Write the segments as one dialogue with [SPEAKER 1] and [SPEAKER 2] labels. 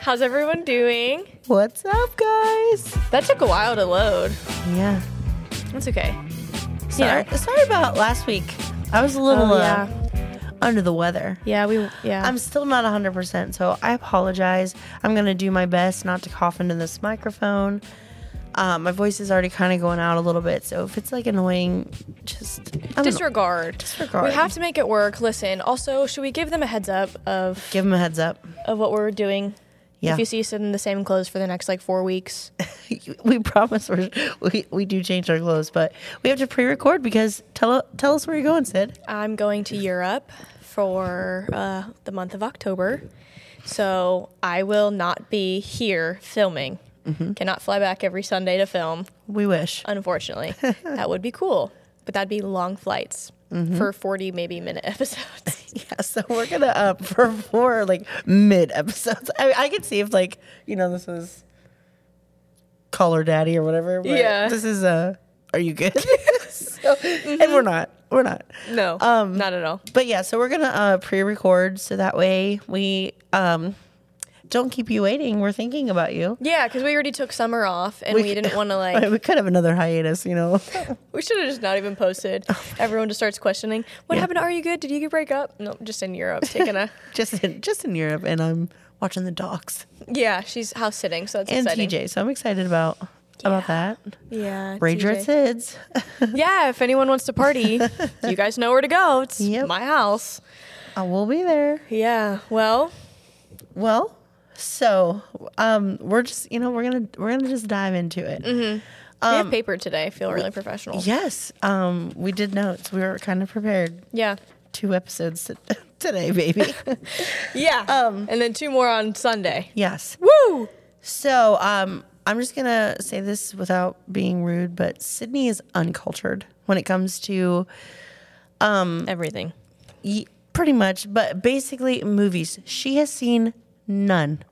[SPEAKER 1] How's everyone doing?
[SPEAKER 2] What's up, guys?
[SPEAKER 1] That took a while to load.
[SPEAKER 2] Yeah.
[SPEAKER 1] That's okay.
[SPEAKER 2] Sorry, sorry about last week. I was a little
[SPEAKER 1] Oh,
[SPEAKER 2] uh, under the weather.
[SPEAKER 1] Yeah, we yeah.
[SPEAKER 2] I'm still not 100%, so I apologize. I'm going to do my best not to cough into this microphone. Um, my voice is already kind of going out a little bit, so if it's like annoying, just I don't know,
[SPEAKER 1] disregard.
[SPEAKER 2] Disregard.
[SPEAKER 1] We have to make it work. Listen. Also, should we give them a heads up of
[SPEAKER 2] give them a heads up.
[SPEAKER 1] of what we're doing?
[SPEAKER 2] Yeah.
[SPEAKER 1] If you see us in the same clothes for the next like four weeks,
[SPEAKER 2] we promise we're, we we do change our clothes, but we have to pre-record because tell tell us where you're going, Sid.
[SPEAKER 1] I'm going to Europe for uh, the month of October, so I will not be here filming. Cannot fly back every Sunday to film.
[SPEAKER 2] We wish.
[SPEAKER 1] unfortunately. that would be cool, but that'd be long flights for 40 maybe minute episodes.
[SPEAKER 2] Yeah, so we're gonna up for four like mid episodes. I, I could see if like you know this was call her daddy or whatever. but
[SPEAKER 1] Yeah.
[SPEAKER 2] this is uh, are you good? So- And we're not, we're not.
[SPEAKER 1] no, not at all.
[SPEAKER 2] But yeah, so we're gonna uh, pre-record so that way we um don't keep you waiting. We're thinking about you.
[SPEAKER 1] Yeah, because we already took summer off and we, didn't want to like,
[SPEAKER 2] we could have another hiatus, you know.
[SPEAKER 1] we should have just not even posted. Everyone just starts questioning, what happened to Are You Good? Did you get break up? No, just in Europe taking a,
[SPEAKER 2] just in just in Europe, and I'm watching the docs
[SPEAKER 1] yeah, she's house sitting. So that's
[SPEAKER 2] and
[SPEAKER 1] exciting.
[SPEAKER 2] TJ. So I'm excited about about that.
[SPEAKER 1] Yeah.
[SPEAKER 2] Rager
[SPEAKER 1] TJ.
[SPEAKER 2] at Sid's.
[SPEAKER 1] Yeah, if anyone wants to party, you guys know where to go. It's
[SPEAKER 2] Yep.
[SPEAKER 1] my house.
[SPEAKER 2] I will be there.
[SPEAKER 1] Yeah, well,
[SPEAKER 2] Well, so um, we're just you know we're gonna we're gonna just dive into it.
[SPEAKER 1] we have paper today. I feel really professional.
[SPEAKER 2] Yes, um, we did notes. We were kind of prepared.
[SPEAKER 1] Yeah.
[SPEAKER 2] Two episodes t- today, baby.
[SPEAKER 1] Yeah. and then two more on Sunday.
[SPEAKER 2] yes.
[SPEAKER 1] Woo!
[SPEAKER 2] So um, I'm just gonna say this without being rude, but Sydney is uncultured when it comes to
[SPEAKER 1] Everything.
[SPEAKER 2] Ye- pretty much, but basically movies. She has seen none.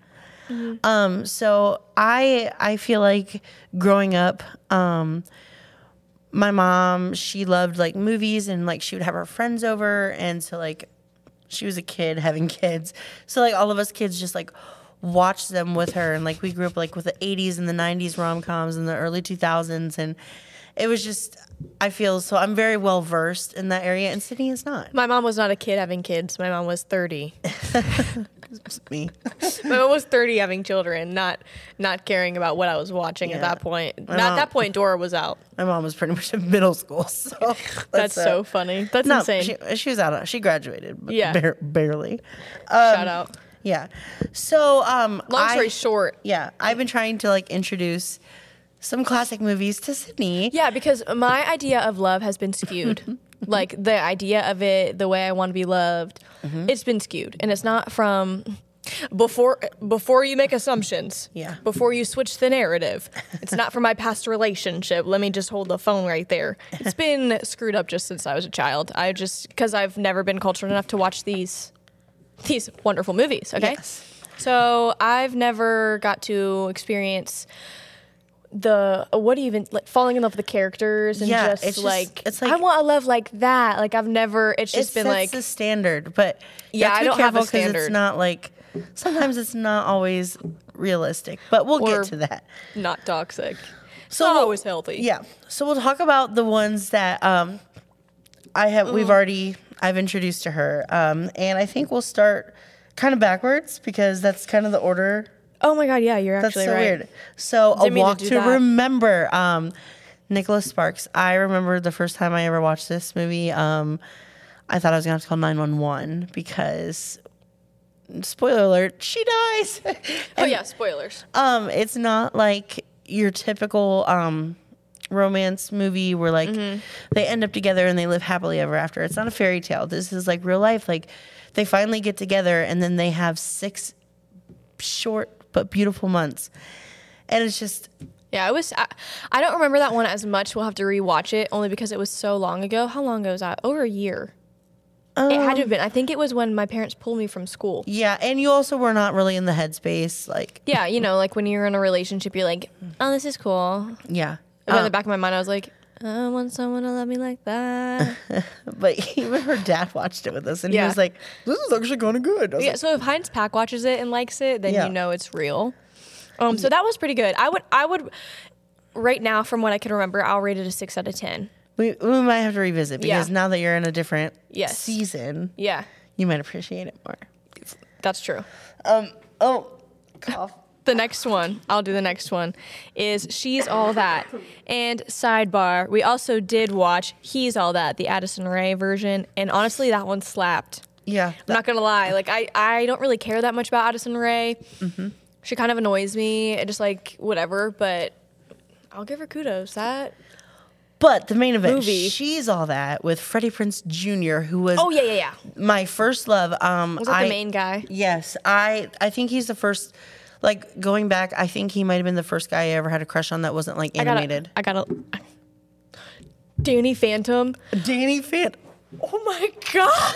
[SPEAKER 2] Um, so I I feel like growing up, um, my mom she loved like movies and like she would have her friends over, and so like she was a kid having kids, so like all of us kids just like watched them with her, and like we grew up like with the '80s and the '90s rom coms and the early 2000s, and it was just I feel so I'm very well versed in that area, and Sydney is not.
[SPEAKER 1] My mom was not a kid having kids. My mom was 30.
[SPEAKER 2] me.
[SPEAKER 1] My mom was 30 having children, not not caring about what I was watching at
[SPEAKER 2] Yeah.
[SPEAKER 1] that point.
[SPEAKER 2] My
[SPEAKER 1] not
[SPEAKER 2] mom-
[SPEAKER 1] that point Dora was out.
[SPEAKER 2] My mom was pretty much in middle school, so
[SPEAKER 1] That's,
[SPEAKER 2] uh,
[SPEAKER 1] so funny. That's
[SPEAKER 2] No,
[SPEAKER 1] insane.
[SPEAKER 2] she, she was out. Of, she graduated, but
[SPEAKER 1] Yeah.
[SPEAKER 2] bar- barely.
[SPEAKER 1] Shout out.
[SPEAKER 2] Yeah. So, um,
[SPEAKER 1] Long
[SPEAKER 2] I-
[SPEAKER 1] story short.
[SPEAKER 2] yeah, I've been trying to like introduce some classic movies to Sydney.
[SPEAKER 1] Yeah, because my idea of love has been skewed. like the idea of it, the way I want to be loved,
[SPEAKER 2] Mm-hmm.
[SPEAKER 1] it's been skewed, and it's not from before before you make assumptions.
[SPEAKER 2] Yeah.
[SPEAKER 1] Before you switch the narrative, it's not from my past relationship. Let me just hold the phone right there. It's been screwed up just since I was a child. I just because I've never been cultured enough to watch these these wonderful movies. Okay.
[SPEAKER 2] Yes.
[SPEAKER 1] So I've never got to experience the uh, what do you even like falling in love with the characters and
[SPEAKER 2] Yeah,
[SPEAKER 1] just,
[SPEAKER 2] it's just-
[SPEAKER 1] like
[SPEAKER 2] it's like-
[SPEAKER 1] I want a love like that. Like I've never. It's
[SPEAKER 2] It
[SPEAKER 1] just been
[SPEAKER 2] sets
[SPEAKER 1] like
[SPEAKER 2] the standard, but you
[SPEAKER 1] Yeah,
[SPEAKER 2] have to
[SPEAKER 1] I
[SPEAKER 2] be
[SPEAKER 1] don't have a
[SPEAKER 2] careful 'cause It's
[SPEAKER 1] standard.
[SPEAKER 2] not like sometimes it's not always realistic, but we'll
[SPEAKER 1] Or-
[SPEAKER 2] get to that.
[SPEAKER 1] not toxic.
[SPEAKER 2] So
[SPEAKER 1] not
[SPEAKER 2] we'll-
[SPEAKER 1] always healthy.
[SPEAKER 2] Yeah. So we'll talk about the ones that um, I have.
[SPEAKER 1] Mm.
[SPEAKER 2] We've already I've introduced to her, um, and I think we'll start kind of backwards because that's kind of the order.
[SPEAKER 1] Oh my god. Yeah, you're
[SPEAKER 2] That's
[SPEAKER 1] actually
[SPEAKER 2] so
[SPEAKER 1] right.
[SPEAKER 2] weird. So
[SPEAKER 1] Didn't
[SPEAKER 2] a
[SPEAKER 1] mean to
[SPEAKER 2] walk
[SPEAKER 1] do
[SPEAKER 2] to,
[SPEAKER 1] that.
[SPEAKER 2] remember. Um, Nicholas Sparks. I remember the first time I ever watched this movie. Um, I thought I was gonna have to call nine one one because. Spoiler alert, she dies.
[SPEAKER 1] Oh yeah, spoilers.
[SPEAKER 2] um it's not like your typical um romance movie where like
[SPEAKER 1] Mm-hmm.
[SPEAKER 2] they end up together and they live happily ever after it's not a fairy tale this is like real life like they finally get together and then they have six short but beautiful months and it's just
[SPEAKER 1] Yeah, I was. I, I don't remember that one as much. We'll have to rewatch it only because it was so long ago. How long ago was that? Over a year. it had to
[SPEAKER 2] Um,
[SPEAKER 1] have been. I think it was when my parents pulled me from school.
[SPEAKER 2] yeah and you also were not really in the headspace like
[SPEAKER 1] Yeah, you know, like when you're in a relationship, you're like, oh, this is cool.
[SPEAKER 2] yeah Uh.
[SPEAKER 1] But in the back of my mind, I was like, I want someone to love me like that.
[SPEAKER 2] But even her dad watched it with us, and he
[SPEAKER 1] Yeah.
[SPEAKER 2] was like, "This is actually kind of good." I was
[SPEAKER 1] yeah. So if Heinz Pack watches it and likes it, then
[SPEAKER 2] Yeah.
[SPEAKER 1] you know it's real. Um. So that was pretty good. I would. I would. Right now, from what I can remember, I'll rate it a six out of ten.
[SPEAKER 2] like, we, we might have to revisit because
[SPEAKER 1] Yeah.
[SPEAKER 2] now that you're in a different
[SPEAKER 1] Yes.
[SPEAKER 2] season,
[SPEAKER 1] Yeah,
[SPEAKER 2] you might appreciate it more.
[SPEAKER 1] that's true.
[SPEAKER 2] Um. Oh, cough.
[SPEAKER 1] The next one, I'll do the next one, is She's All That. And sidebar, we also did watch He's All That, the Addison Ray version. And honestly, that one slapped.
[SPEAKER 2] yeah.
[SPEAKER 1] I'm not gonna lie. Like I, I don't really care that much about Addison Ray. She kind of annoys me. and Just like whatever, but I'll give her kudos. That
[SPEAKER 2] But the main event,
[SPEAKER 1] Movie.
[SPEAKER 2] she's all that with Freddie Prince Jr., who was
[SPEAKER 1] oh yeah yeah yeah.
[SPEAKER 2] my first love. Um,
[SPEAKER 1] Was that
[SPEAKER 2] I,
[SPEAKER 1] the main guy?
[SPEAKER 2] Yes, I I think he's the first. Like going back, I think he might have been the first guy I ever had a crush on that wasn't like animated.
[SPEAKER 1] I gotta. I gotta Danny Phantom.
[SPEAKER 2] Danny Phantom.
[SPEAKER 1] Oh my god.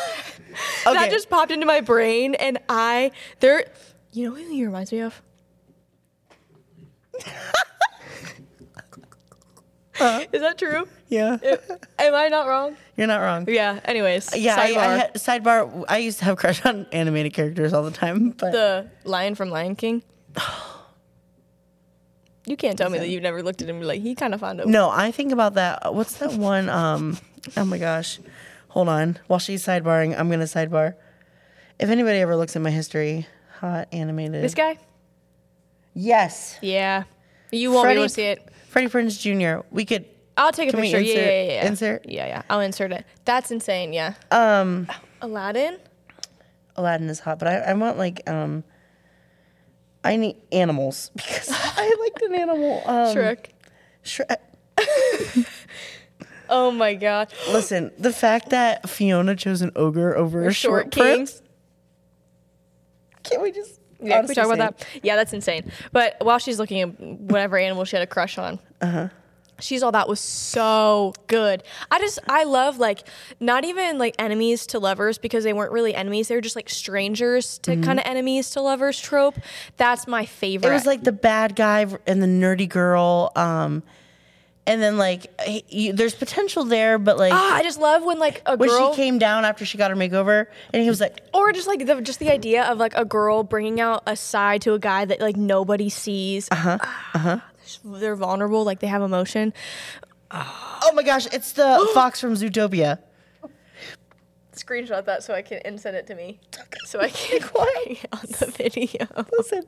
[SPEAKER 2] Okay.
[SPEAKER 1] That just popped into my brain and I there you know who he reminds me of? Is that true?
[SPEAKER 2] Yeah,
[SPEAKER 1] Am I not wrong?
[SPEAKER 2] you're not wrong.
[SPEAKER 1] Yeah, anyways.
[SPEAKER 2] Yeah, I,
[SPEAKER 1] sidebar.
[SPEAKER 2] I had, sidebar. I used to have crush on animated characters all the time, but
[SPEAKER 1] the lion from Lion King. You can't tell me that you've never looked at him and be like, he kind of found him.
[SPEAKER 2] no, I think about that. What's that one? Um, oh my gosh, hold on. While she's sidebarring, I'm gonna sidebar. If anybody ever looks at my history, hot animated.
[SPEAKER 1] This guy?
[SPEAKER 2] yes,
[SPEAKER 1] Yeah. You won't be
[SPEAKER 2] Freddie-
[SPEAKER 1] able to see it.
[SPEAKER 2] Freddie Prince Jr. We could
[SPEAKER 1] I'll take a
[SPEAKER 2] Can we
[SPEAKER 1] picture. yeah,
[SPEAKER 2] insert-
[SPEAKER 1] yeah, yeah, yeah.
[SPEAKER 2] insert?
[SPEAKER 1] Yeah, yeah. I'll insert it. That's insane. Yeah.
[SPEAKER 2] um
[SPEAKER 1] Aladdin?
[SPEAKER 2] Aladdin is hot, but I, I want like um I need animals because I liked an animal. Um,
[SPEAKER 1] Shrek.
[SPEAKER 2] Shrek.
[SPEAKER 1] Oh my god.
[SPEAKER 2] Listen, the fact that Fiona chose an ogre over a short,
[SPEAKER 1] Short
[SPEAKER 2] king.
[SPEAKER 1] King.
[SPEAKER 2] Can we just
[SPEAKER 1] Yeah, can we
[SPEAKER 2] honestly
[SPEAKER 1] talk about
[SPEAKER 2] say-
[SPEAKER 1] that? Yeah, that's insane. But while she's looking at whatever animal she had a crush on,
[SPEAKER 2] Uh-huh.
[SPEAKER 1] she's all that was so good. I just I love like not even like enemies to lovers because they weren't really enemies. They were just like strangers to kind of enemies to lovers trope. That's my favorite.
[SPEAKER 2] Mm-hmm. It was like the bad guy and the nerdy girl. Um, and then like he- you, there's potential there, but like
[SPEAKER 1] ah, I just love when like a
[SPEAKER 2] when
[SPEAKER 1] girl
[SPEAKER 2] she came down after she got her makeover, and he was like,
[SPEAKER 1] or just like the just the idea of like a girl bringing out a side to a guy that like nobody sees. Uh
[SPEAKER 2] Uh-huh.
[SPEAKER 1] huh. Uh huh. They're vulnerable. Like they have emotion.
[SPEAKER 2] "Oh my gosh, it's the fox from Zootopia."
[SPEAKER 1] screenshot that so I can and send it to me. So I can play on the video.
[SPEAKER 2] Listen,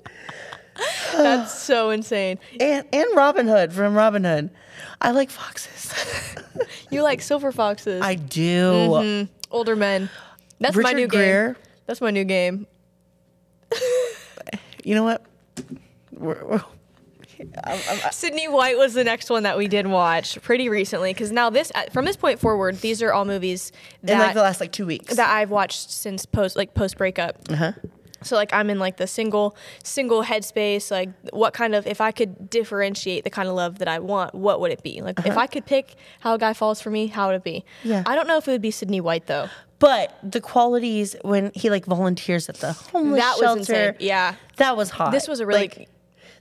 [SPEAKER 1] That's so insane.
[SPEAKER 2] and and Robin Hood from Robin Hood. I like foxes.
[SPEAKER 1] You like silver foxes,
[SPEAKER 2] I do.
[SPEAKER 1] older men. Mm-hmm. That's my
[SPEAKER 2] Richard
[SPEAKER 1] new
[SPEAKER 2] Gere.
[SPEAKER 1] game. That's my new game.
[SPEAKER 2] You know what? We're, we're, I'm, I'm,
[SPEAKER 1] Sydney White was the next one that we did watch pretty recently because now this uh, from this point forward, these are all movies
[SPEAKER 2] in like
[SPEAKER 1] that
[SPEAKER 2] the last like two weeks.
[SPEAKER 1] that I've watched since post like post breakup.
[SPEAKER 2] uh-huh.
[SPEAKER 1] So like I'm in like the single single headspace. Like what kind of if I could differentiate the kind of love that I want, what would it be? Like if I could pick how a guy falls for me, how would it be?
[SPEAKER 2] Uh-huh. Yeah.
[SPEAKER 1] I don't know if it would be Sydney White though.
[SPEAKER 2] But the qualities when he like volunteers at the homeless
[SPEAKER 1] that
[SPEAKER 2] shelter.
[SPEAKER 1] was insane. Yeah.
[SPEAKER 2] That was hot.
[SPEAKER 1] This was a really
[SPEAKER 2] Like,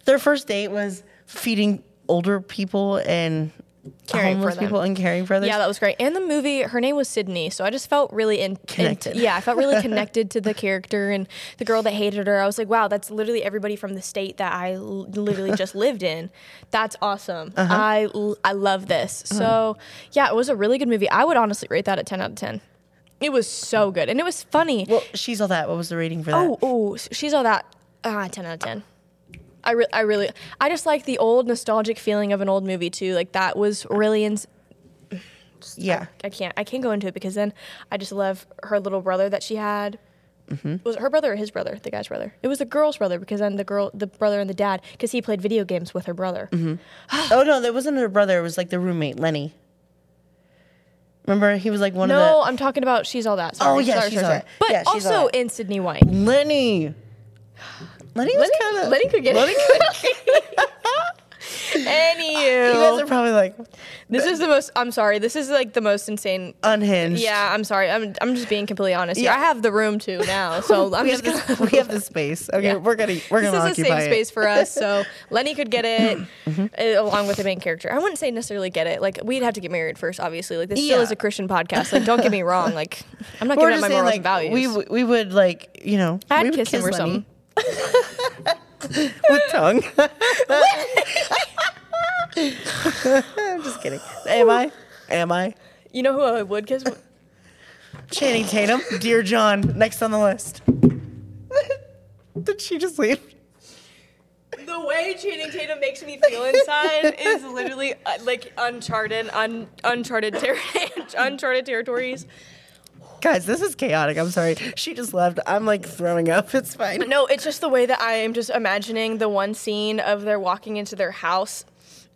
[SPEAKER 2] their first date was feeding older people and
[SPEAKER 1] Caring for
[SPEAKER 2] homeless
[SPEAKER 1] them.
[SPEAKER 2] people and caring for others.
[SPEAKER 1] yeah, that was great. And the movie, her name was Sydney, so I just felt really in, in-
[SPEAKER 2] Connected.
[SPEAKER 1] yeah, I felt really connected to the character and the girl that hated her. I was like, wow, that's literally everybody from the state that I l- literally just lived in. That's awesome.
[SPEAKER 2] Uh-huh.
[SPEAKER 1] I l I I love this. So yeah, it was a really good movie. I would honestly rate that at ten out of ten. It was so good, and it was funny.
[SPEAKER 2] well, she's all that. What was the rating for that?
[SPEAKER 1] Oh, oh, she's all that. Ah, 10 out of 10. I, re- I really, I just like the old nostalgic feeling of an old movie too. Like that was really, ins-
[SPEAKER 2] yeah.
[SPEAKER 1] I can't, I can't go into it because then I just love her little brother that she had.
[SPEAKER 2] Mm-hmm.
[SPEAKER 1] Was it her brother or his brother? The guy's brother. It was the girl's brother because then the girl, the brother and the dad, because he played video games with her brother.
[SPEAKER 2] oh no, that wasn't her brother. It was like the roommate Lenny. Remember, he was like one of the.
[SPEAKER 1] No, I'm talking about she's all that. Sorry,
[SPEAKER 2] Oh, yeah,
[SPEAKER 1] sorry,
[SPEAKER 2] She's
[SPEAKER 1] sorry,
[SPEAKER 2] All
[SPEAKER 1] sorry.
[SPEAKER 2] That.
[SPEAKER 1] But
[SPEAKER 2] Yeah, She's All
[SPEAKER 1] also
[SPEAKER 2] That.
[SPEAKER 1] in Sydney White.
[SPEAKER 2] Lenny. Lenny was
[SPEAKER 1] Lenny-
[SPEAKER 2] kind of.
[SPEAKER 1] Lenny could get it.
[SPEAKER 2] You guys
[SPEAKER 1] Anywho,
[SPEAKER 2] are probably like
[SPEAKER 1] this is the most. I'm sorry. This is like the most insane.
[SPEAKER 2] unhinged.
[SPEAKER 1] Yeah, I'm sorry. I'm I'm just being completely honest. here.
[SPEAKER 2] Yeah.
[SPEAKER 1] I have the room too now, so I'm
[SPEAKER 2] we,
[SPEAKER 1] just
[SPEAKER 2] have
[SPEAKER 1] gonna.
[SPEAKER 2] the, we have the space. Okay,
[SPEAKER 1] Yeah.
[SPEAKER 2] we're gonna we're
[SPEAKER 1] This
[SPEAKER 2] gonna
[SPEAKER 1] is a
[SPEAKER 2] occupy
[SPEAKER 1] safe
[SPEAKER 2] it. Mm-hmm.
[SPEAKER 1] space for us, so Lenny could get it uh, along with the main character. I wouldn't say necessarily get it. Like we'd have to get married first, obviously. Like this still
[SPEAKER 2] Yeah.
[SPEAKER 1] is a Christian podcast. Like don't get me wrong. Like I'm not
[SPEAKER 2] But We're
[SPEAKER 1] giving up
[SPEAKER 2] just
[SPEAKER 1] my
[SPEAKER 2] saying,
[SPEAKER 1] morals
[SPEAKER 2] like
[SPEAKER 1] and values.
[SPEAKER 2] we w- we would like you know
[SPEAKER 1] I'd
[SPEAKER 2] we would
[SPEAKER 1] kiss him or
[SPEAKER 2] Lenny
[SPEAKER 1] something.
[SPEAKER 2] with tongue. I'm just kidding. Am I? Am I?
[SPEAKER 1] You know who I would kiss?
[SPEAKER 2] Channing Tatum, dear John, next on the list. Did she just leave?
[SPEAKER 1] The way Channing Tatum makes me feel inside is literally uh, like uncharted, un- uncharted, ter- uncharted territories.
[SPEAKER 2] Guys, this is chaotic. I'm sorry. She just left. I'm like throwing up. It's fine.
[SPEAKER 1] No, it's just the way that I am just imagining the one scene of their walking into their house.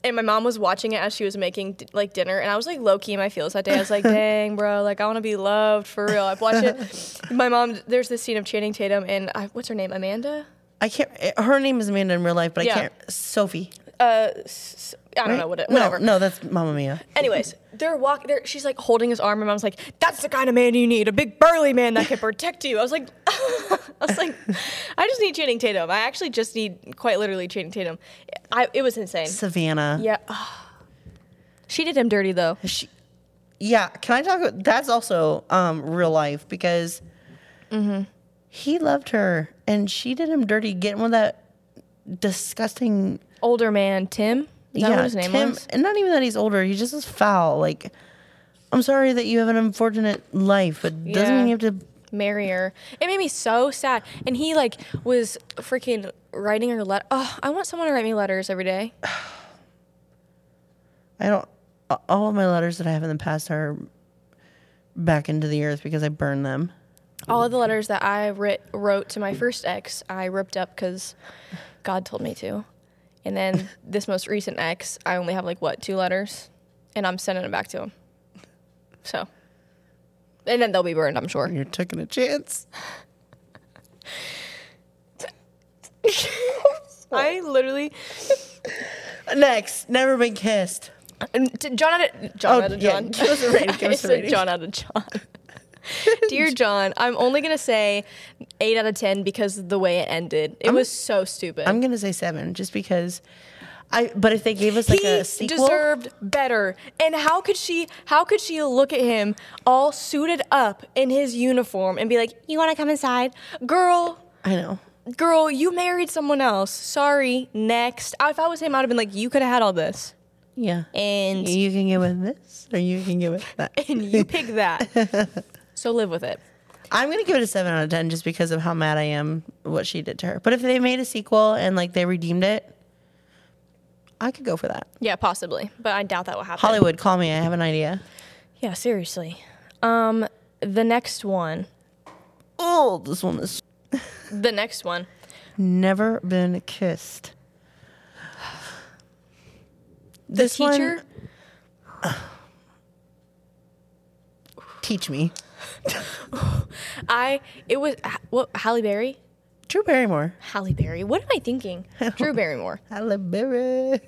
[SPEAKER 1] And my mom was watching it as she was making d- like dinner, and I was like low key in my feels that day. I was like, "Dang, bro! Like I want to be loved for real." I've watched it. My mom, there's this scene of Channing Tatum and I, what's her name, Amanda?
[SPEAKER 2] I can't. eh, Her name is Amanda in real life, but
[SPEAKER 1] Yeah.
[SPEAKER 2] I can't. Sophie.
[SPEAKER 1] Uh, s- I don't know what it, whatever.
[SPEAKER 2] No, no, that's Mamma Mia.
[SPEAKER 1] Anyways, they're walking. They're, she's like holding his arm, and mom's like, "That's the kind of man you need—a big burly man that can protect you." I was like, I was like, I just need Channing Tatum. I actually just need quite literally Channing Tatum. I, it was insane.
[SPEAKER 2] Savannah.
[SPEAKER 1] Yeah, she did him dirty though.
[SPEAKER 2] She, yeah. Can I talk? About, that's also um, real life because
[SPEAKER 1] Mm-hmm.
[SPEAKER 2] he loved her and she did him dirty getting with that disgusting.
[SPEAKER 1] Older man, Tim. Is that
[SPEAKER 2] yeah,
[SPEAKER 1] what his name
[SPEAKER 2] Tim,
[SPEAKER 1] was?
[SPEAKER 2] and not even that he's older. He just is foul. Like, I'm sorry that you have an unfortunate life, but doesn't
[SPEAKER 1] Yeah.
[SPEAKER 2] mean you have to.
[SPEAKER 1] Marry her. It made me so sad. And he like was freaking writing her letter. Oh, I want someone to write me letters every day.
[SPEAKER 2] I don't. a- All of my letters that I have in the past are back into the earth because I burned them.
[SPEAKER 1] All of the letters that I writ- wrote to my first ex, I ripped up because God told me to. And then this most recent ex, I only have like what two letters, and I'm sending it back to him. So, and then they'll be burned, I'm sure.
[SPEAKER 2] You're taking a chance.
[SPEAKER 1] I literally,
[SPEAKER 2] Next, never been kissed.
[SPEAKER 1] and to John out of John
[SPEAKER 2] Oh,
[SPEAKER 1] out of
[SPEAKER 2] yeah,
[SPEAKER 1] John.
[SPEAKER 2] give us a rating, give
[SPEAKER 1] I
[SPEAKER 2] us a
[SPEAKER 1] said
[SPEAKER 2] rating.
[SPEAKER 1] John out of John. Dear John, I'm only gonna say eight out of ten because of the way it ended. It was so stupid.
[SPEAKER 2] I'm gonna say seven, just because. I but if they gave us like
[SPEAKER 1] he
[SPEAKER 2] a sequel,
[SPEAKER 1] deserved better. And how could she? How could she look at him all suited up in his uniform and be like, "You want to come inside, girl?
[SPEAKER 2] I know.
[SPEAKER 1] Girl, you married someone else. Sorry. Next." If I was him, I'd have been like, "You could have had all this,
[SPEAKER 2] Yeah,
[SPEAKER 1] and
[SPEAKER 2] you can get with this, or you can get with that.
[SPEAKER 1] and you pick that. so live with it."
[SPEAKER 2] I'm gonna give it a seven out of ten, just because of how mad I am what she did to her. But if they made a sequel and like they redeemed it, I could go for that.
[SPEAKER 1] Yeah, possibly, but I doubt that will happen.
[SPEAKER 2] Hollywood, call me. I have an idea.
[SPEAKER 1] Yeah, seriously. Um, the next one.
[SPEAKER 2] Oh, this one is
[SPEAKER 1] The next one.
[SPEAKER 2] never been kissed.
[SPEAKER 1] The
[SPEAKER 2] This one-
[SPEAKER 1] teacher.
[SPEAKER 2] teach me.
[SPEAKER 1] I. It was what Halle Berry.
[SPEAKER 2] Drew Barrymore.
[SPEAKER 1] Halle Berry. What am I thinking? Drew Barrymore.
[SPEAKER 2] Halle Berry.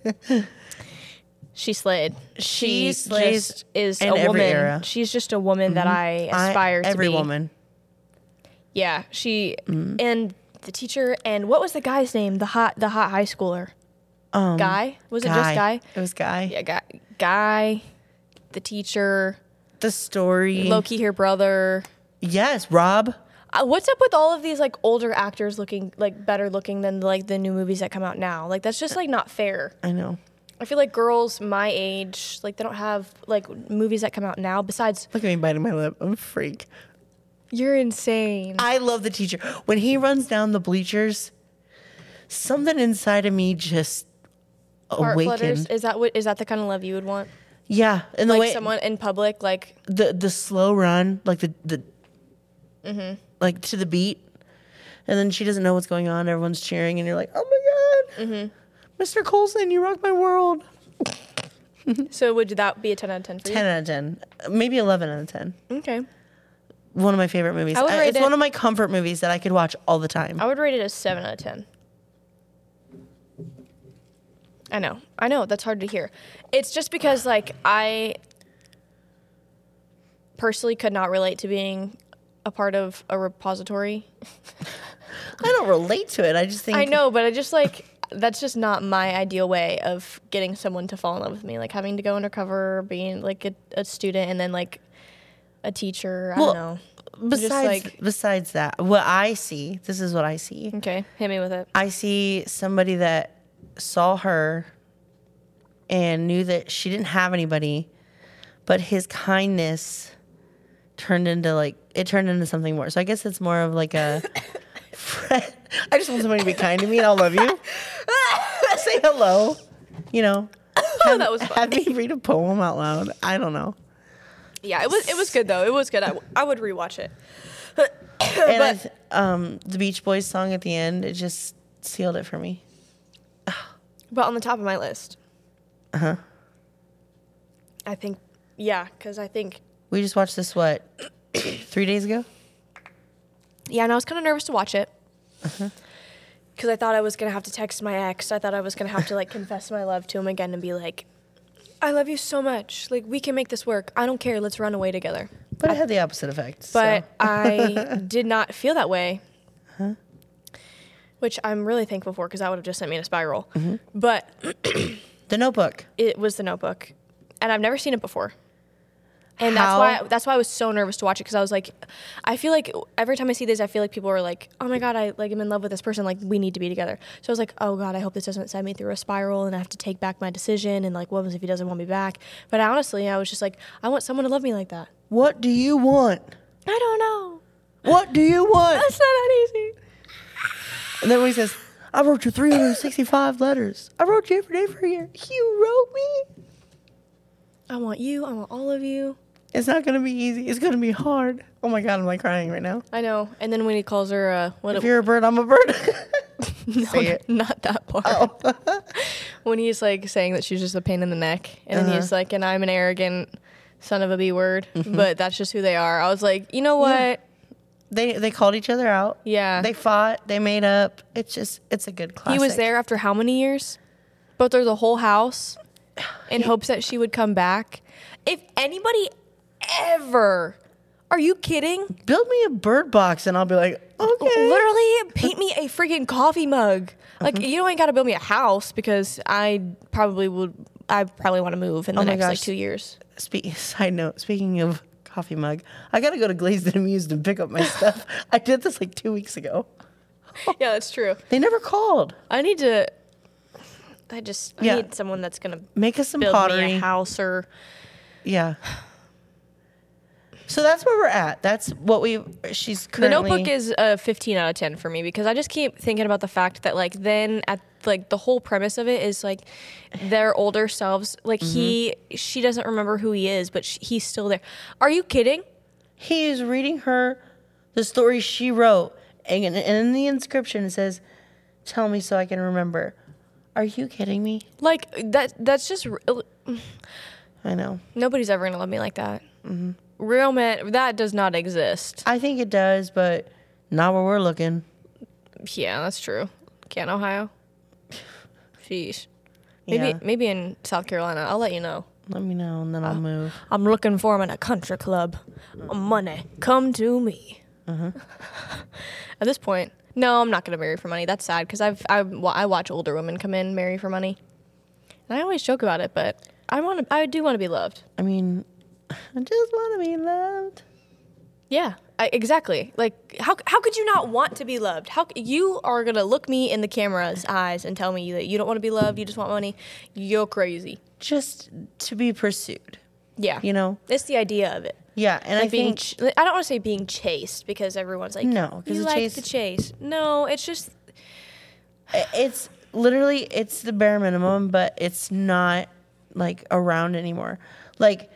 [SPEAKER 1] She slayed. She,
[SPEAKER 2] She slays
[SPEAKER 1] just is
[SPEAKER 2] in
[SPEAKER 1] a
[SPEAKER 2] every
[SPEAKER 1] woman.
[SPEAKER 2] era. Mm-hmm.
[SPEAKER 1] She's just a woman that I
[SPEAKER 2] I-
[SPEAKER 1] aspire to
[SPEAKER 2] every
[SPEAKER 1] be.
[SPEAKER 2] woman. Mm-hmm.
[SPEAKER 1] Yeah, she and the teacher and what was the guy's name? The hot the hot high schooler.
[SPEAKER 2] Um,
[SPEAKER 1] Guy? Was it just guy?
[SPEAKER 2] It was guy.
[SPEAKER 1] Yeah, guy. Guy. The teacher.
[SPEAKER 2] The story.
[SPEAKER 1] Loki, her brother.
[SPEAKER 2] Yes, Rob.
[SPEAKER 1] Uh, what's up with all of these like older actors looking like better looking than like the new movies that come out now? Like that's just like not fair.
[SPEAKER 2] I know.
[SPEAKER 1] I feel like girls my age like they don't have like movies that come out now. Besides,
[SPEAKER 2] Look at me biting my lip. I'm a freak.
[SPEAKER 1] you're insane.
[SPEAKER 2] I love the teacher. When he runs down the bleachers, something inside of me just
[SPEAKER 1] Heart flutters.
[SPEAKER 2] awakened.
[SPEAKER 1] Is that what? Is that the kind of love you would want?
[SPEAKER 2] Yeah, and the
[SPEAKER 1] Like
[SPEAKER 2] way
[SPEAKER 1] someone in public, like
[SPEAKER 2] the the slow run, like the the
[SPEAKER 1] Mm-hmm.
[SPEAKER 2] like to the beat, and then she doesn't know what's going on. Everyone's cheering, and you're like, "Oh my god,
[SPEAKER 1] Mm-hmm.
[SPEAKER 2] Mr. Colson, you rock my world."
[SPEAKER 1] so. Would that be a ten out of ten for you?
[SPEAKER 2] Ten out of ten, maybe eleven out of ten.
[SPEAKER 1] Okay,
[SPEAKER 2] One of my favorite movies.
[SPEAKER 1] I would
[SPEAKER 2] I-
[SPEAKER 1] rate
[SPEAKER 2] it's
[SPEAKER 1] it-
[SPEAKER 2] one of my comfort movies that I could watch all the time.
[SPEAKER 1] I would rate it a seven out of ten. I I know. I know. That's hard to hear. It's just because, like, I personally could not relate to being a part of a repository.
[SPEAKER 2] I don't relate to it. I just think
[SPEAKER 1] I know, but I just like that's just not my ideal way of getting someone to fall in love with me. Like having to go undercover, being like a, a student, and then like a teacher. I
[SPEAKER 2] Well,
[SPEAKER 1] don't know. Just,
[SPEAKER 2] Besides,
[SPEAKER 1] like-
[SPEAKER 2] besides that, what I see, this is what I see.
[SPEAKER 1] Okay, hit me with it.
[SPEAKER 2] I see somebody that saw her and knew that she didn't have anybody, but his kindness turned into like it turned into something more. So I guess it's more of like a friend. I just want somebody to be kind to me and I'll love you. Say hello. You know. Have,
[SPEAKER 1] that was
[SPEAKER 2] have me read a poem out loud. I don't know.
[SPEAKER 1] Yeah, it was it was good though. It was good. I, w- I would rewatch it.
[SPEAKER 2] And I
[SPEAKER 1] But-
[SPEAKER 2] th- um, the Beach Boys song at the end, it just sealed it for me.
[SPEAKER 1] But on the top of my list, uh huh. I think yeah, because I think
[SPEAKER 2] We just watched this what three days ago.
[SPEAKER 1] Yeah, and I was kind of nervous to watch it because I thought I was gonna have to text my ex. I thought I was gonna have to like confess my love to him again and be like, "I love you so much. Like we can make this work. I don't care. Let's run away together."
[SPEAKER 2] But it had the opposite effect.
[SPEAKER 1] But
[SPEAKER 2] so.
[SPEAKER 1] I did not feel that way, which I'm really thankful for because that would have just sent me in a spiral. But
[SPEAKER 2] The Notebook.
[SPEAKER 1] it was The Notebook, and I've never seen it before. And
[SPEAKER 2] How-
[SPEAKER 1] that's why that's why I was so nervous to watch it because I was like, I feel like every time I see this, I feel like people are like, oh my god, I like am in love with this person, like we need to be together. So I was like, oh god, I hope this doesn't send me through a spiral and I have to take back my decision and like, what was if he doesn't want me back? But honestly, I was just like, I want someone to love me like that.
[SPEAKER 2] What do you want?
[SPEAKER 1] I don't know.
[SPEAKER 2] What do you want?
[SPEAKER 1] That's not that easy.
[SPEAKER 2] And then when he says, "I wrote you 365 letters. I wrote you every day for a year. You wrote me."
[SPEAKER 1] I want you. I want all of you.
[SPEAKER 2] It's not gonna be easy. It's gonna be hard. Oh my god, I'm like crying right now.
[SPEAKER 1] I know. And then when he calls her, uh, what?
[SPEAKER 2] If you're a bird, I'm a bird.
[SPEAKER 1] no,
[SPEAKER 2] say it.
[SPEAKER 1] not that part.
[SPEAKER 2] Oh.
[SPEAKER 1] when he's like saying that she's just a pain in the neck, and
[SPEAKER 2] Uh-huh.
[SPEAKER 1] then he's like, and I'm an arrogant son of a b word,
[SPEAKER 2] Mm-hmm.
[SPEAKER 1] but that's just who they are. I was like, you know what?
[SPEAKER 2] they they called each other out.
[SPEAKER 1] Yeah.
[SPEAKER 2] They fought. They made up. It's just it's a good classic.
[SPEAKER 1] He was there after how many years? Both through the whole house in hopes that she would come back. If anybody ever, are you kidding?
[SPEAKER 2] Build me a bird box, and I'll be like, okay.
[SPEAKER 1] Literally
[SPEAKER 2] Uh-huh.
[SPEAKER 1] paint me a freaking coffee mug. Like you don't ain't gotta build me a house because I probably would. I probably want to move in the
[SPEAKER 2] Oh my
[SPEAKER 1] next like
[SPEAKER 2] gosh.
[SPEAKER 1] two years.
[SPEAKER 2] Spe- side note, speaking of coffee mug, I gotta go to Glazed and Amused and pick up my stuff. I did this like two weeks ago. Oh.
[SPEAKER 1] Yeah, that's true.
[SPEAKER 2] They never called.
[SPEAKER 1] I need to. I just I
[SPEAKER 2] Yeah.
[SPEAKER 1] need someone that's gonna
[SPEAKER 2] Make us some
[SPEAKER 1] build me
[SPEAKER 2] pottery.
[SPEAKER 1] a house or
[SPEAKER 2] Yeah. So that's where we're at. That's what we. She's
[SPEAKER 1] the
[SPEAKER 2] currently.
[SPEAKER 1] notebook is a 15 out of 10 for me because I just keep thinking about the fact that like then at like the whole premise of it is like their older selves like he she doesn't remember who he is but sh he's still there. Are you kidding?
[SPEAKER 2] He is reading her the story she wrote, and, and in the inscription it says, "Tell me so I can remember." Are you kidding me?
[SPEAKER 1] Like that that's just r-
[SPEAKER 2] I know.
[SPEAKER 1] nobody's ever gonna love me like that. Real man that does not exist.
[SPEAKER 2] I think it does, but not where we're looking.
[SPEAKER 1] Yeah, that's true. Can't Ohio. Sheesh. Maybe
[SPEAKER 2] Yeah.
[SPEAKER 1] maybe in South Carolina. I'll let you know.
[SPEAKER 2] Let me know, and then I'll move.
[SPEAKER 1] I'm looking for him in a country club. Money, come to me. At this point, no, I'm not gonna marry for money. That's sad because I've I, wa- I watch older women come in marry for money, and I always joke about it. But I want to I do want to be loved.
[SPEAKER 2] I mean, I just want to be loved.
[SPEAKER 1] Yeah, I, exactly. Like how how could you not want to be loved? How c- you are gonna look me in the camera's eyes and tell me that you don't want to be loved? You just want money? You're crazy.
[SPEAKER 2] Just to be pursued,
[SPEAKER 1] Yeah,
[SPEAKER 2] you know?
[SPEAKER 1] it's the idea of it.
[SPEAKER 2] Yeah. And I
[SPEAKER 1] Like being
[SPEAKER 2] think,
[SPEAKER 1] ch- I don't want to say being chased because everyone's like
[SPEAKER 2] No, 'cause
[SPEAKER 1] you
[SPEAKER 2] the
[SPEAKER 1] like
[SPEAKER 2] chase-
[SPEAKER 1] the chase. No, it's just
[SPEAKER 2] i- it's literally, it's the bare minimum, but it's not like around anymore. Like,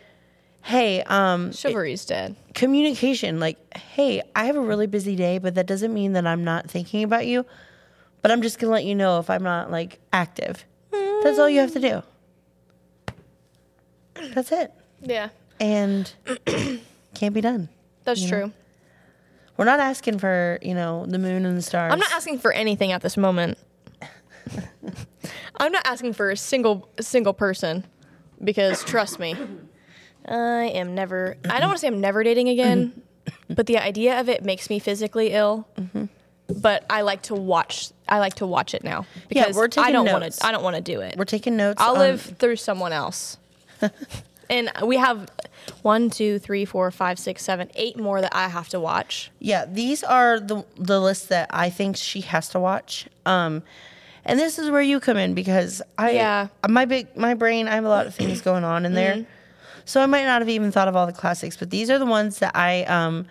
[SPEAKER 2] hey, um,
[SPEAKER 1] chivalry's dead.
[SPEAKER 2] communication, like, hey, I have a really busy day, but that doesn't mean that I'm not thinking about you. But I'm just going to let you know if I'm not like active. That's all you have to do. That's it.
[SPEAKER 1] Yeah,
[SPEAKER 2] And can't be done.
[SPEAKER 1] that's true.
[SPEAKER 2] We're not asking for, you know, the moon and the stars.
[SPEAKER 1] I'm not asking for anything at this moment. I'm not asking for a single single person because trust me, I am never. I don't want to say I'm never dating again, but the idea of it makes me physically ill. But I like to watch. I like to watch it now
[SPEAKER 2] Yeah,
[SPEAKER 1] because
[SPEAKER 2] we're
[SPEAKER 1] I
[SPEAKER 2] taking
[SPEAKER 1] don't want
[SPEAKER 2] notes.
[SPEAKER 1] to. I don't want to do it.
[SPEAKER 2] We're um, taking notes.
[SPEAKER 1] I'll
[SPEAKER 2] on-
[SPEAKER 1] live through someone else. and we have one, two, three, four, five, six, seven, eight more that I have to watch.
[SPEAKER 2] Yeah, these are the the list that I think she has to watch. Um, and this is where you come in because I
[SPEAKER 1] Yeah. Mm-hmm.
[SPEAKER 2] my big my brain I have a lot of things going on in there, so I might not have even thought of all the classics. But these are the ones that I um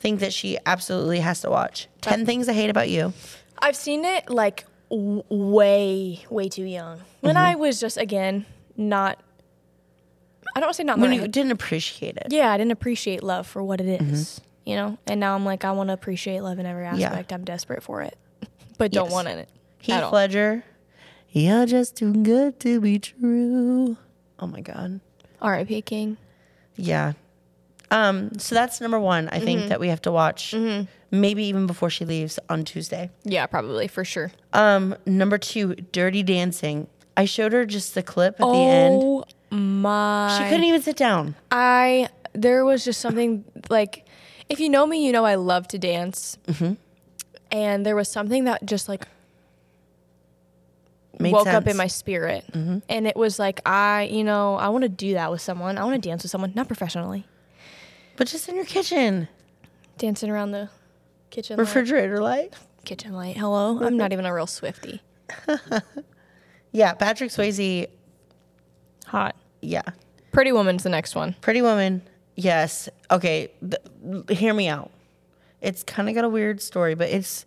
[SPEAKER 2] think that she absolutely has to watch. Ten things I hate about you.
[SPEAKER 1] I've seen it like w- way, way too young. When I
[SPEAKER 2] Mm-hmm.
[SPEAKER 1] was just, again, not, I don't want to say not
[SPEAKER 2] When
[SPEAKER 1] my-
[SPEAKER 2] you Mm-hmm. didn't appreciate it.
[SPEAKER 1] Yeah, I didn't appreciate love for what it is, you know? And now I'm like, I want to appreciate love in every aspect. I'm desperate for it, but don't
[SPEAKER 2] Yes.
[SPEAKER 1] want it.
[SPEAKER 2] Heath
[SPEAKER 1] at all.
[SPEAKER 2] Ledger. You're just too good to be true. Oh my god.
[SPEAKER 1] R.I.P. King.
[SPEAKER 2] Yeah. Um, so that's number one. I
[SPEAKER 1] Mm-hmm.
[SPEAKER 2] think that we have to watch, maybe even before she leaves on Tuesday.
[SPEAKER 1] Yeah, probably, for sure.
[SPEAKER 2] Um, number two, Dirty Dancing. I showed her just the clip at the end.
[SPEAKER 1] Oh my.
[SPEAKER 2] She couldn't e even sit down.
[SPEAKER 1] I there was just something like if you know me, you know I love to dance.
[SPEAKER 2] Mm-hmm.
[SPEAKER 1] And there was something that just like
[SPEAKER 2] Made
[SPEAKER 1] woke up
[SPEAKER 2] sense. Mm-hmm.
[SPEAKER 1] in my spirit. And it was like I, you know, I want to do that with someone. I want to dance with someone, not professionally.
[SPEAKER 2] but just in your kitchen
[SPEAKER 1] Oh Dancing around the kitchen light.
[SPEAKER 2] refrigerator light.
[SPEAKER 1] kitchen light. Hello. I'm not even a real Swifty.
[SPEAKER 2] Yeah, Patrick Swayze.
[SPEAKER 1] Hot.
[SPEAKER 2] Yeah,
[SPEAKER 1] Pretty Woman's the next one.
[SPEAKER 2] Pretty Woman. Yes. Okay. th- hear me out. It's kind of got a weird story, but it's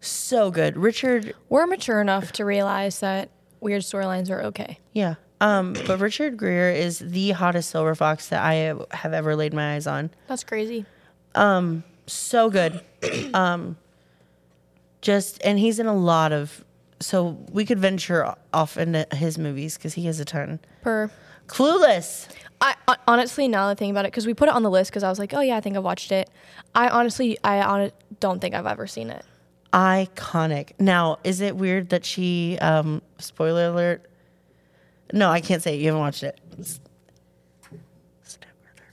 [SPEAKER 2] so good. Richard
[SPEAKER 1] We're mature enough to realize that weird storylines are okay.
[SPEAKER 2] Yeah. Um, but Richard Greer is the hottest silver fox that I have ever laid my eyes on.
[SPEAKER 1] That's crazy.
[SPEAKER 2] So good. Um, just and he's in a lot of so we could venture off into his movies because he has a ton.
[SPEAKER 1] Per
[SPEAKER 2] Clueless.
[SPEAKER 1] I hon- honestly now that I think about it because we put it on the list because I was like, oh yeah, I think I've watched it. I honestly, I hon- don't think I've ever seen it.
[SPEAKER 2] Iconic. Now, is it weird that she um spoiler alert? No, I can't say it. You haven't watched it. Step murder.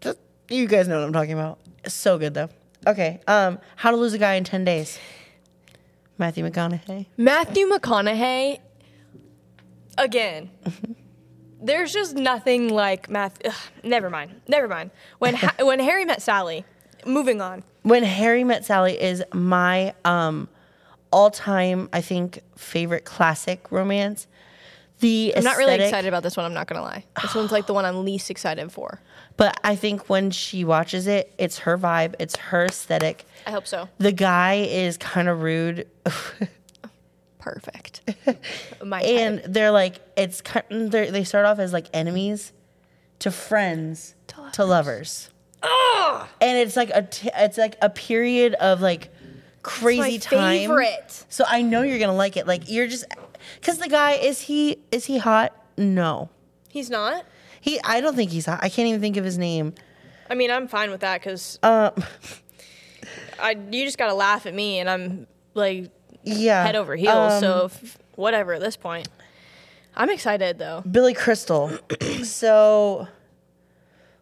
[SPEAKER 2] Just- You guys know what I'm talking about. It's so good though. Okay. Um, how to lose a guy in ten days. Matthew McConaughey.
[SPEAKER 1] Matthew McConaughey, again. There's just nothing like Math. Ugh, never mind. Never mind. When ha- when Harry met Sally. Moving on.
[SPEAKER 2] When Harry Met Sally is my um all-time, I think, favorite classic romance. The
[SPEAKER 1] I'm not really
[SPEAKER 2] aesthetic-
[SPEAKER 1] excited about this one. I'm not gonna lie. This one's like the one I'm least excited for.
[SPEAKER 2] but I think when she watches it, it's her vibe, it's her aesthetic.
[SPEAKER 1] I hope so.
[SPEAKER 2] The guy is kind of rude,
[SPEAKER 1] Perfect. My type.
[SPEAKER 2] and they're like, it's kind. They're, they start off as like enemies, to friends, to lovers, and it's like a t- it's like a period of like crazy time.
[SPEAKER 1] favorite.
[SPEAKER 2] So I know you're gonna like it. Like you're just, because the guy is he is he hot? No,
[SPEAKER 1] he's not.
[SPEAKER 2] he. I don't think he's hot. I can't even think of his name.
[SPEAKER 1] I mean, I'm fine with that because
[SPEAKER 2] Um,
[SPEAKER 1] I you just gotta laugh at me and I'm like
[SPEAKER 2] yeah,
[SPEAKER 1] head over heels.
[SPEAKER 2] Um,
[SPEAKER 1] so f- whatever at this point. I'm excited though.
[SPEAKER 2] Billy Crystal. so,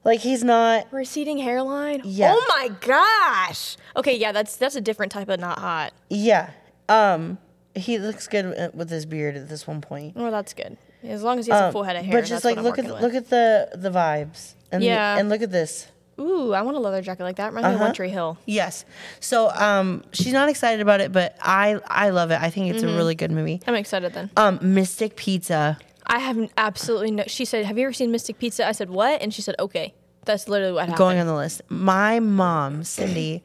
[SPEAKER 2] like he's not.
[SPEAKER 1] Receding hairline.
[SPEAKER 2] Yeah.
[SPEAKER 1] Oh my gosh. Okay, yeah, that's that's a different type of not hot.
[SPEAKER 2] Yeah. Um, he looks good uh, with his beard at this one point.
[SPEAKER 1] Well, that's good. As long as he has a
[SPEAKER 2] Um,
[SPEAKER 1] full head of hair.
[SPEAKER 2] but just like look at look at the the vibes and
[SPEAKER 1] Yeah.
[SPEAKER 2] and look at this.
[SPEAKER 1] Ooh, I want a leather jacket like that. Reminds
[SPEAKER 2] Uh-huh.
[SPEAKER 1] me of One Tree Hill.
[SPEAKER 2] Yes. So um, she's not excited about it, but I I love it. I think
[SPEAKER 1] Mm-hmm.
[SPEAKER 2] it's a really good movie.
[SPEAKER 1] I'm excited then.
[SPEAKER 2] Um, Mystic Pizza.
[SPEAKER 1] I have n- absolutely no. She said, "Have you ever seen Mystic Pizza?" I said, "What?" And she said, "Okay." That's literally what happened.
[SPEAKER 2] going on the list. My mom, Cindy,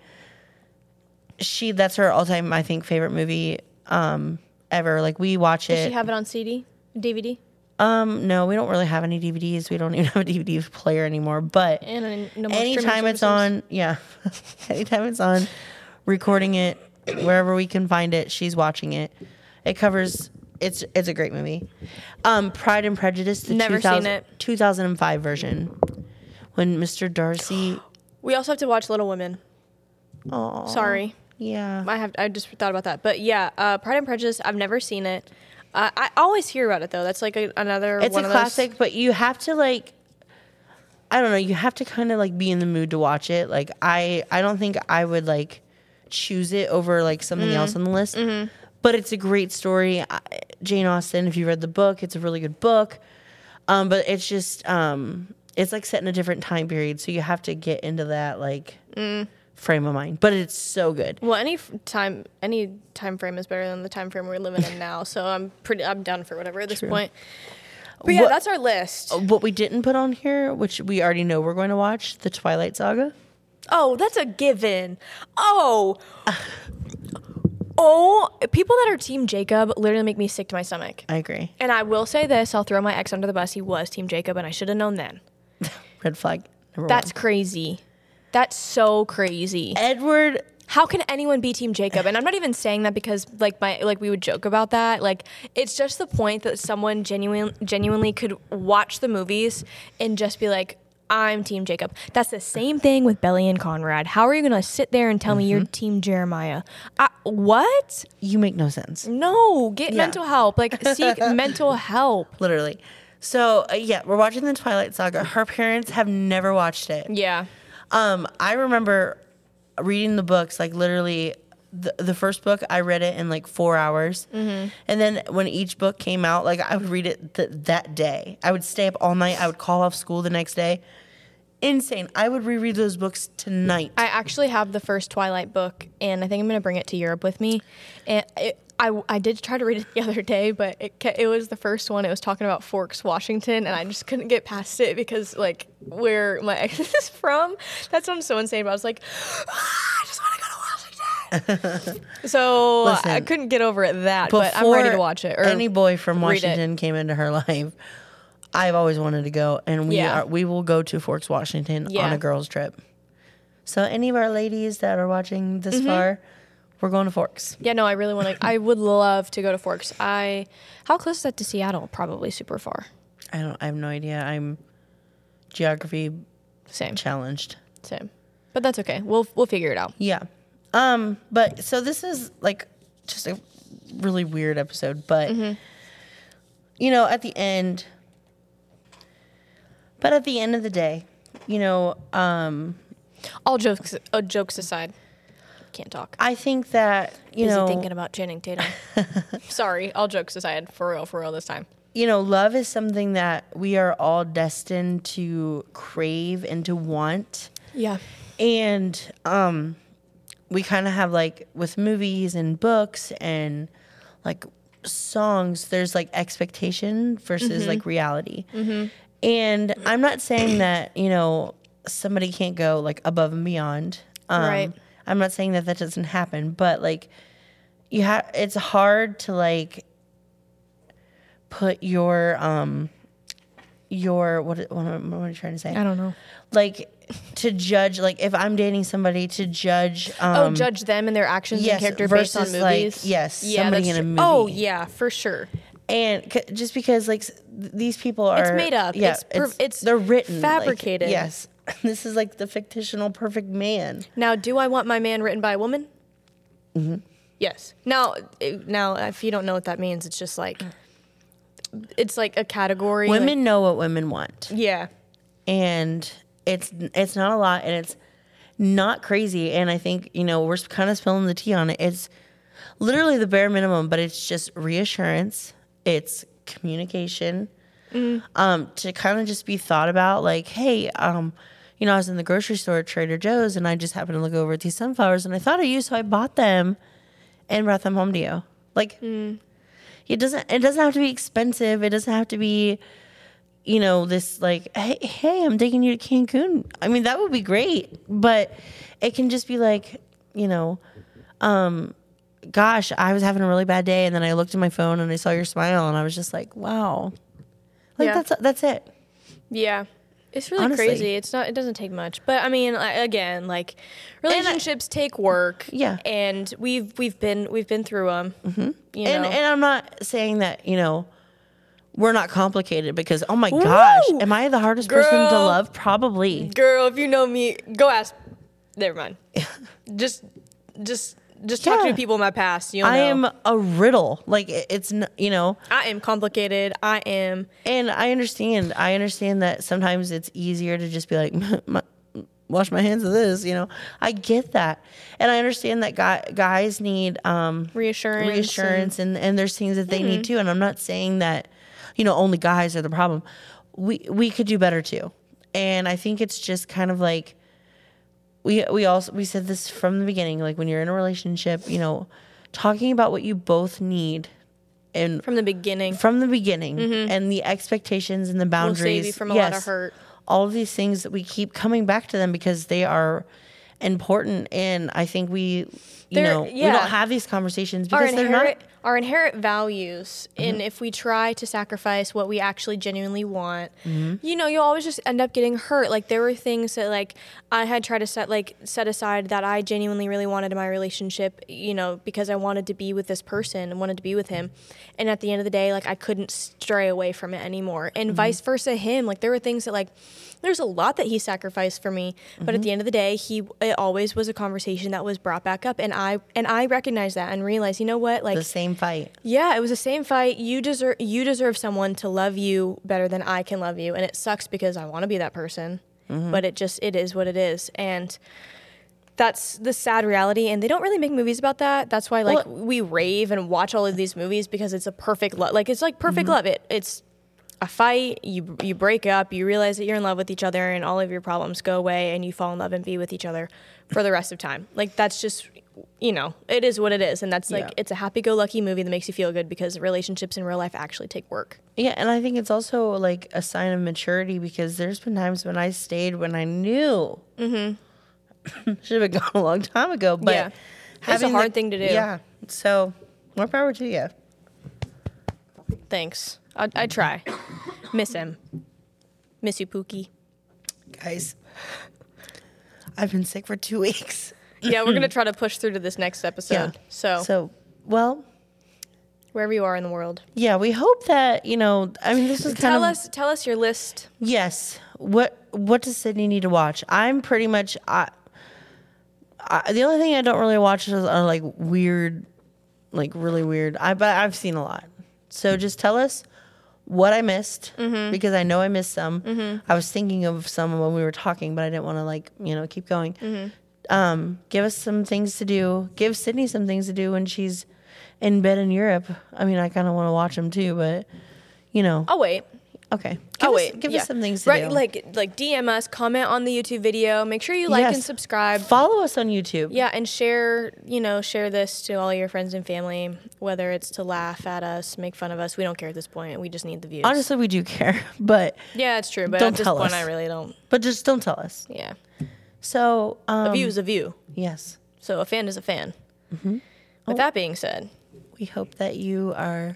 [SPEAKER 2] she that's her all time I think favorite movie um ever. Like we watch
[SPEAKER 1] Does
[SPEAKER 2] it.
[SPEAKER 1] she have it on CD, DVD,
[SPEAKER 2] um no, we don't really have any DVDs. We don't even have a DVD player anymore. But
[SPEAKER 1] and on- no more streaming
[SPEAKER 2] anytime it's
[SPEAKER 1] services?
[SPEAKER 2] on, yeah, anytime it's on, recording it wherever we can find it, she's watching it. It covers. It's it's a great movie. Um, Pride and Prejudice, the
[SPEAKER 1] Never
[SPEAKER 2] 2000,
[SPEAKER 1] seen it.
[SPEAKER 2] 2005 version, when Mr. Darcy.
[SPEAKER 1] We also have to watch Little Women.
[SPEAKER 2] Oh,
[SPEAKER 1] Sorry.
[SPEAKER 2] yeah.
[SPEAKER 1] I have I just thought about that. But yeah, uh, Pride and Prejudice, I've never seen it. I I always hear about it though. That's like a, another.
[SPEAKER 2] It's
[SPEAKER 1] one
[SPEAKER 2] a
[SPEAKER 1] of those-
[SPEAKER 2] classic, but you have to like I don't know, you have to kind of like be in the mood to watch it. Like I I don't think I would like choose it over like something
[SPEAKER 1] Mm-hmm.
[SPEAKER 2] else on the list. But it's a great story. I, Jane Austen, if you read the book, it's a really good book. Um but it's just um it's like set in a different time period, so you have to get into that like
[SPEAKER 1] Mm.
[SPEAKER 2] frame of mind. But it's so good.
[SPEAKER 1] Well, any f- time, any time frame is better than the time frame we're living in now. So I'm pretty, I'm done for whatever at this point. But yeah,
[SPEAKER 2] What- Oh.
[SPEAKER 1] that's our list.
[SPEAKER 2] What we didn't put on here, which we already know we're going to watch, The Twilight Saga.
[SPEAKER 1] Oh, that's a given. Oh, oh, people that are Team Jacob literally make me sick to my stomach.
[SPEAKER 2] I agree.
[SPEAKER 1] And I will say this: I'll throw my ex under the bus. He was Team Jacob, and I should have known then.
[SPEAKER 2] Red flag. Number one.
[SPEAKER 1] That's crazy. That's so crazy.
[SPEAKER 2] Edward.
[SPEAKER 1] How can anyone be Team Jacob? And I'm not even saying that because like my like we would joke about that. Like it's just the point that someone genuine genuinely could watch the movies and just be like, I'm Team Jacob. That's the same thing with Belly and Conrad. How are you gonna sit there and tell me you're Team Jeremiah? I, what?
[SPEAKER 2] You make no sense.
[SPEAKER 1] No, get
[SPEAKER 2] Yeah.
[SPEAKER 1] mental help. Like seek mental help.
[SPEAKER 2] Literally. So uh, yeah, we're watching the Twilight Saga. Her parents have never watched it.
[SPEAKER 1] Yeah.
[SPEAKER 2] Um, I remember reading the books like literally. The, the first book I read it in like four hours, and then when each book came out, like I would read it th- that day. I would stay up all night. I would call off school the next day. Insane. I would reread those books tonight.
[SPEAKER 1] I actually have the first Twilight book, and I think I'm going to bring it to Europe with me. And it, I, I did try to read it the other day, but it, ca- it was the first one. It was talking about Forks, Washington, and I just couldn't get past it because, like, where my ex is from, that sounds so insane. But I was like, "Ah, I just want to go to Washington. so I
[SPEAKER 2] Listen,
[SPEAKER 1] couldn't get over it that, but I'm ready to
[SPEAKER 2] before
[SPEAKER 1] watch it. Or
[SPEAKER 2] any boy from
[SPEAKER 1] read it.
[SPEAKER 2] Washington came into her life. I've always wanted to go, and we
[SPEAKER 1] Yeah.
[SPEAKER 2] are, we will go to Forks, Washington on
[SPEAKER 1] Yeah.
[SPEAKER 2] a girls' trip. So, any of our ladies that are watching this
[SPEAKER 1] Mm-hmm.
[SPEAKER 2] far, we're going to Forks.
[SPEAKER 1] yeah, no, I really want to. I would love to go to Forks. I how close is that to Seattle? Probably super far.
[SPEAKER 2] I don't. I have no idea. I'm geography
[SPEAKER 1] Same,
[SPEAKER 2] challenged.
[SPEAKER 1] same. But that's okay. We'll we'll figure it out.
[SPEAKER 2] Yeah. Um. But so this is like just a really weird episode, but
[SPEAKER 1] Mm-hmm.
[SPEAKER 2] you know, at the end. But at the end of the day, you know, um,
[SPEAKER 1] All jokes uh, jokes aside, can't talk.
[SPEAKER 2] I think that you
[SPEAKER 1] Busy
[SPEAKER 2] know,
[SPEAKER 1] thinking about Channing Tatum. Sorry, all jokes aside, for real, for real this time.
[SPEAKER 2] you know, love is something that we are all destined to crave and to want,
[SPEAKER 1] Yeah,
[SPEAKER 2] and um, we kind of have like with movies and books and like songs. There's like expectation versus like reality, and I'm not saying that you know somebody can't go like above and beyond. Um,
[SPEAKER 1] Right.
[SPEAKER 2] I'm not saying that that doesn't happen, but like you have, it's hard to like put your um your what what am, I- what am I trying to say?
[SPEAKER 1] I don't know.
[SPEAKER 2] Like to judge like if I'm dating somebody to judge
[SPEAKER 1] Oh,
[SPEAKER 2] um
[SPEAKER 1] judge them and their actions
[SPEAKER 2] yes,
[SPEAKER 1] and character based
[SPEAKER 2] versus,
[SPEAKER 1] on
[SPEAKER 2] like,
[SPEAKER 1] movies.
[SPEAKER 2] yes, somebody
[SPEAKER 1] that's
[SPEAKER 2] in a
[SPEAKER 1] true. Oh,
[SPEAKER 2] movie.
[SPEAKER 1] yeah, for sure.
[SPEAKER 2] and c- just because like s- th- these people are
[SPEAKER 1] made up.
[SPEAKER 2] Yeah,
[SPEAKER 1] It's per- it's
[SPEAKER 2] they're written like,
[SPEAKER 1] fabricated.
[SPEAKER 2] yes. This is like the fictional perfect man.
[SPEAKER 1] Now, do I want my man written by a woman? Mm-hmm. Yes. Now, eh, now, if you don't know what that means, it's just like it's like a category. like-
[SPEAKER 2] Women know what women want.
[SPEAKER 1] yeah.
[SPEAKER 2] and it's it's not a lot and it's not crazy and i think you know we're kind of spilling the tea on it it's literally the bare minimum but it's just reassurance it's communication um to kind of just be thought about like hey um you know i was in the grocery store at trader joe's and i just happened to look over at these sunflowers and i thought of you so i bought them and brought them home to you like
[SPEAKER 1] Mm.
[SPEAKER 2] it doesn't it doesn't have to be expensive it doesn't have to be you know, this like, hey, hey, I'm taking you to Cancun. I mean, that would be great, but it can just be like, you know, um, gosh, I was having a really bad day, and then I looked at my phone and I saw your smile, and I was just like, wow, like
[SPEAKER 1] Yeah.
[SPEAKER 2] that's that's it.
[SPEAKER 1] Yeah. It's really
[SPEAKER 2] Honestly.
[SPEAKER 1] crazy. It's not. It doesn't take much, but I mean, I- again, like relationships take work.
[SPEAKER 2] Yeah. Mm-hmm.
[SPEAKER 1] and we've we've been we've been through them. You
[SPEAKER 2] And
[SPEAKER 1] know,
[SPEAKER 2] and I'm not saying that you know we're not complicated because oh my gosh,
[SPEAKER 1] Woo!
[SPEAKER 2] am I the hardest person to
[SPEAKER 1] Girl.
[SPEAKER 2] love? Probably.
[SPEAKER 1] girl, if you know me, go ask. Never mind. just, just just talking
[SPEAKER 2] Yeah.
[SPEAKER 1] to people in my past. You know,
[SPEAKER 2] I am a riddle. Like it- it's n- you know,
[SPEAKER 1] I am complicated. I am.
[SPEAKER 2] and I understand. I understand that sometimes it's easier to just be like, "My- wash my hands of this. You know, I get that, and I understand that guy, guys need um,
[SPEAKER 1] Reassurance Mm-hmm. and-
[SPEAKER 2] reassurance, and, and there's things that they need too. And I'm not saying that, you know, only guys are the problem. We we could do better too, and I think it's just kind of like we we also we said this from the beginning. Like when you're in a relationship, you know, talking about what you both need. And
[SPEAKER 1] From the beginning,
[SPEAKER 2] from the beginning and the expectations and the
[SPEAKER 1] Mm-hmm. will
[SPEAKER 2] boundaries
[SPEAKER 1] save you from a lot of
[SPEAKER 2] yes,
[SPEAKER 1] hurt.
[SPEAKER 2] all of these things that we keep coming back to them because they are important and i think we you
[SPEAKER 1] They're-
[SPEAKER 2] know we
[SPEAKER 1] yeah.
[SPEAKER 2] don't have these conversations
[SPEAKER 1] Our
[SPEAKER 2] because they're not
[SPEAKER 1] inherent, our inherent values, and if we try to sacrifice what we actually genuinely want, you know, you'll always just end up getting hurt. Like there were things that like I had tried to set like set aside that I genuinely really wanted in my relationship, you know, because I wanted to be with this person and wanted to be with him, and at the end of the day, like I couldn't stray away from it anymore, and vice versa. Him, like there were things that like there's a lot that he sacrificed for me but at the end of the day he it always was a conversation that was brought back up and i and i recognized that and realized you know what like
[SPEAKER 2] the same fight
[SPEAKER 1] yeah it was the same fight you deserve you deserve someone to love you better than i can love you and it sucks because i want to be that person but it just it is what it is and that's the sad reality and they don't really make movies about that that's why like
[SPEAKER 2] Well-
[SPEAKER 1] we rave and watch all of these movies because it's a perfect love like it's like perfect
[SPEAKER 2] Mm-hmm.
[SPEAKER 1] love it it's a fight, you you break up, you realize that you're in love with each other, and all of your problems go away, and you fall in love and be with each other for the rest of time. Like that's just, you know, it is what it is, and that's like
[SPEAKER 2] Yeah.
[SPEAKER 1] it's a happy-go-lucky movie that makes you feel good because relationships in real life actually take work.
[SPEAKER 2] yeah and i think it's also like a sign of maturity because there's been times when i stayed when i knew should have been gone a long time ago but
[SPEAKER 1] Mm-hmm. Yeah. It's a
[SPEAKER 2] having
[SPEAKER 1] hard thing to do.
[SPEAKER 2] yeah so more power to you
[SPEAKER 1] Thanks, I, I try. Miss him, miss you, Pookie.
[SPEAKER 2] guys i've been sick for two weeks
[SPEAKER 1] Yeah, we're gonna try to push through to this next episode. So,
[SPEAKER 2] so well
[SPEAKER 1] wherever you are in the world,
[SPEAKER 2] yeah we hope that you know i mean this is kind
[SPEAKER 1] tell
[SPEAKER 2] of
[SPEAKER 1] us tell us your list.
[SPEAKER 2] yes what what does sydney need to watch i'm pretty much I, I the only thing i don't really watch is are like weird like really weird i but i've seen a lot so just tell us what i missed because i know i missed some i was thinking of some when we were talking but i didn't want to like you know keep going um, give us some things to do give sydney some things to do when she's in bed in europe i mean i kind of want to watch them too but you know
[SPEAKER 1] I'll Oh, wait.
[SPEAKER 2] Okay.
[SPEAKER 1] oh
[SPEAKER 2] Give us-
[SPEAKER 1] wait,
[SPEAKER 2] Give
[SPEAKER 1] yeah.
[SPEAKER 2] us some things to
[SPEAKER 1] right,
[SPEAKER 2] do.
[SPEAKER 1] Like like DM us, comment on the YouTube video. Make sure you like
[SPEAKER 2] Yes.
[SPEAKER 1] and subscribe.
[SPEAKER 2] follow us on YouTube.
[SPEAKER 1] Yeah, and share you know share this to all your friends and family. Whether it's to laugh at us, make fun of us, we don't care at this point. We just need the views.
[SPEAKER 2] Honestly, we do care, but
[SPEAKER 1] yeah, it's true. But
[SPEAKER 2] don't
[SPEAKER 1] at this
[SPEAKER 2] tell
[SPEAKER 1] point,
[SPEAKER 2] us.
[SPEAKER 1] I really don't.
[SPEAKER 2] but just don't tell us.
[SPEAKER 1] Yeah,
[SPEAKER 2] So
[SPEAKER 1] a
[SPEAKER 2] um,
[SPEAKER 1] view is a view.
[SPEAKER 2] yes,
[SPEAKER 1] So a fan is a fan.
[SPEAKER 2] Mm-hmm. Oh.
[SPEAKER 1] With that being said,
[SPEAKER 2] we hope that you are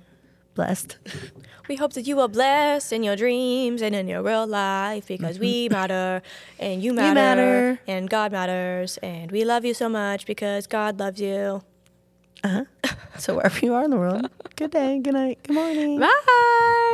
[SPEAKER 2] blessed.
[SPEAKER 1] we hope that you are blessed in your dreams and in your real life because we matter and you matter,
[SPEAKER 2] matter.
[SPEAKER 1] and God matters and we love you so much because God loves you.
[SPEAKER 2] So wherever you are in the world, good day, good night, good morning.
[SPEAKER 1] Bye.